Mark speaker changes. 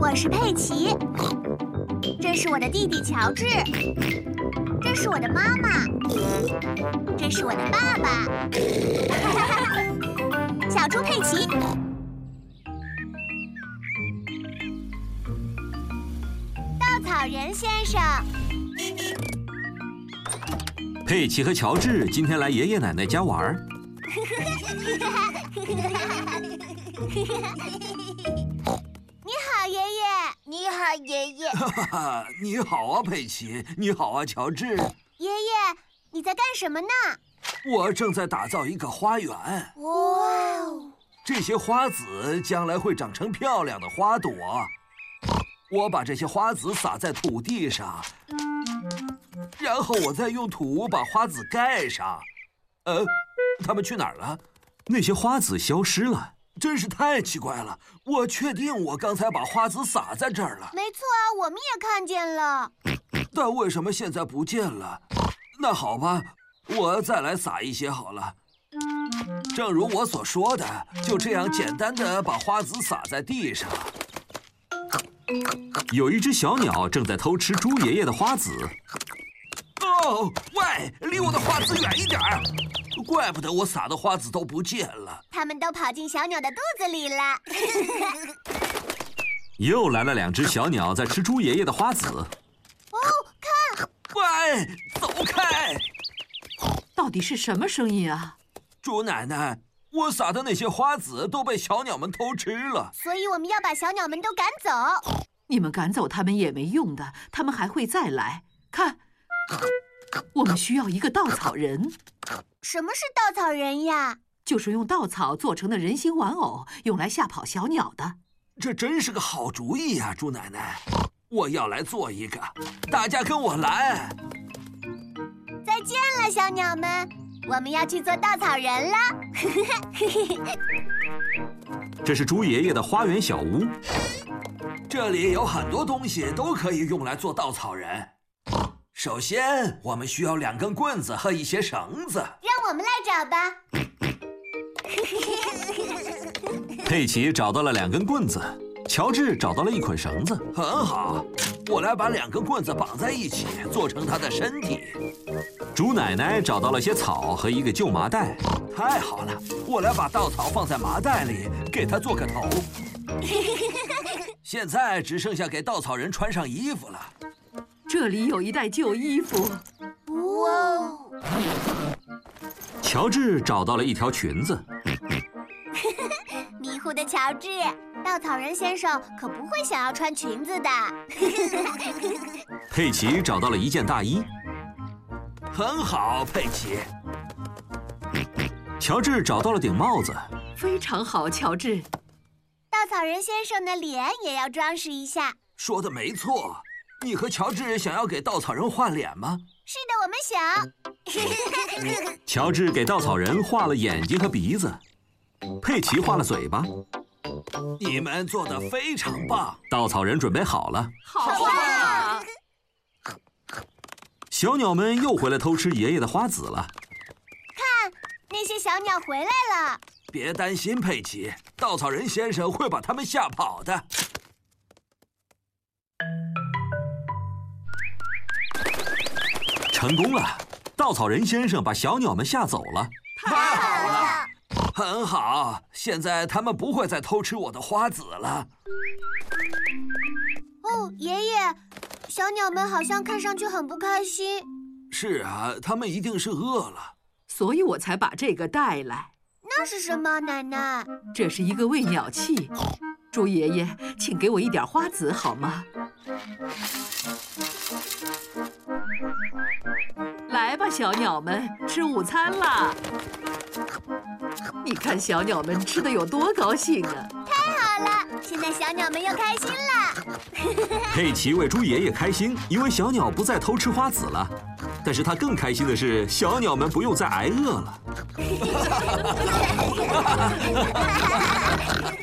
Speaker 1: 我是佩奇，这是我的弟弟乔治，这是我的妈妈，这是我的爸 爸。小猪佩奇，稻草人先生，
Speaker 2: 佩奇和乔治今天来爷爷奶奶家玩儿。
Speaker 1: 你好，爷爷。
Speaker 3: 你好，爷爷。
Speaker 4: 哈哈，你好啊，佩奇。你好啊，乔治。
Speaker 1: 爷爷，你在干什么呢？
Speaker 4: 我正在打造一个花园，
Speaker 3: 哇哦！
Speaker 4: 这些花籽将来会长成漂亮的花朵。我把这些花籽撒在土地上，然后我再用土把花籽盖上。呃，它们去哪儿了？
Speaker 2: 那些花籽消失了。
Speaker 4: 真是太奇怪了！我确定我刚才把花籽撒在这儿了，
Speaker 1: 没错啊，我们也看见了。
Speaker 4: 但为什么现在不见了？那好吧，我再来撒一些好了。正如我所说的，就这样简单的把花籽撒在地上。
Speaker 2: 有一只小鸟正在偷吃猪爷爷的花籽。
Speaker 4: 哦，喂，离我的花籽远一点儿！怪不得我撒的花籽都不见了。
Speaker 1: 它们都跑进小鸟的肚子里了。
Speaker 2: 又来了两只小鸟在吃猪爷爷的花籽。
Speaker 1: 哦，看，
Speaker 4: 喂，走开！
Speaker 5: 到底是什么声音啊？
Speaker 4: 猪奶奶，我撒的那些花籽都被小鸟们偷吃了。
Speaker 1: 所以我们要把小鸟们都赶走。
Speaker 5: 你们赶走他们也没用的，他们还会再来。看，我们需要一个稻草人，
Speaker 1: 什么是稻草人呀？
Speaker 5: 就是用稻草做成的人形玩偶，用来吓跑小鸟的。
Speaker 4: 这真是个好主意呀、猪奶奶！我要来做一个，大家跟我来。
Speaker 1: 再见了，小鸟们，我们要去做稻草人了。
Speaker 2: 这是猪爷爷的花园小屋，
Speaker 4: 这里有很多东西都可以用来做稻草人。首先，我们需要两根棍子和一些绳子。
Speaker 1: 让我们来找吧。
Speaker 2: 佩奇找到了两根棍子，乔治找到了一捆绳子。
Speaker 4: 很好，我来把两根棍子绑在一起，做成它的身体。
Speaker 2: 猪奶奶找到了些草和一个旧麻袋。
Speaker 4: 太好了，我来把稻草放在麻袋里，给它做个头。现在只剩下给稻草人穿上衣服了。
Speaker 5: 这里有一袋旧衣服，
Speaker 1: 哇哦！
Speaker 2: 乔治找到了一条裙子，
Speaker 1: 迷糊的乔治，稻草人先生可不会想要穿裙子的。
Speaker 2: 佩奇找到了一件大衣，
Speaker 4: 很好，佩奇。
Speaker 2: 乔治找到了顶帽子。
Speaker 5: 非常好，乔治。
Speaker 1: 稻草人先生的脸也要装饰一下。
Speaker 4: 说的没错，你和乔治想要给稻草人换脸吗？
Speaker 1: 是的，我们想。
Speaker 2: 乔治给稻草人画了眼睛和鼻子，佩奇画了嘴巴。
Speaker 4: 你们做的非常棒。
Speaker 2: 稻草人准备好了，
Speaker 5: 好
Speaker 1: 啊！
Speaker 2: 小鸟们又回来偷吃爷爷的花籽了。
Speaker 1: 那些小鸟回来了，
Speaker 4: 别担心，佩奇，稻草人先生会把他们吓跑的。
Speaker 2: 成功了，稻草人先生把小鸟们吓走了。
Speaker 4: 太好了，很好，现在他们不会再偷吃我的花籽了。
Speaker 1: 哦，爷爷，小鸟们好像看上去很不开心。
Speaker 4: 是啊，他们一定是饿了。
Speaker 5: 所以我才把这个带来。
Speaker 1: 那是什么，奶奶？
Speaker 5: 这是一个喂鸟器。猪爷爷，请给我一点花籽好吗？来吧，小鸟们，吃午餐啦！你看小鸟们吃的有多高兴啊！
Speaker 1: 好了，现在小鸟们又开心了。
Speaker 2: 佩奇为猪爷爷开心，因为小鸟不再偷吃花籽了。但是他更开心的是，小鸟们不用再挨饿了。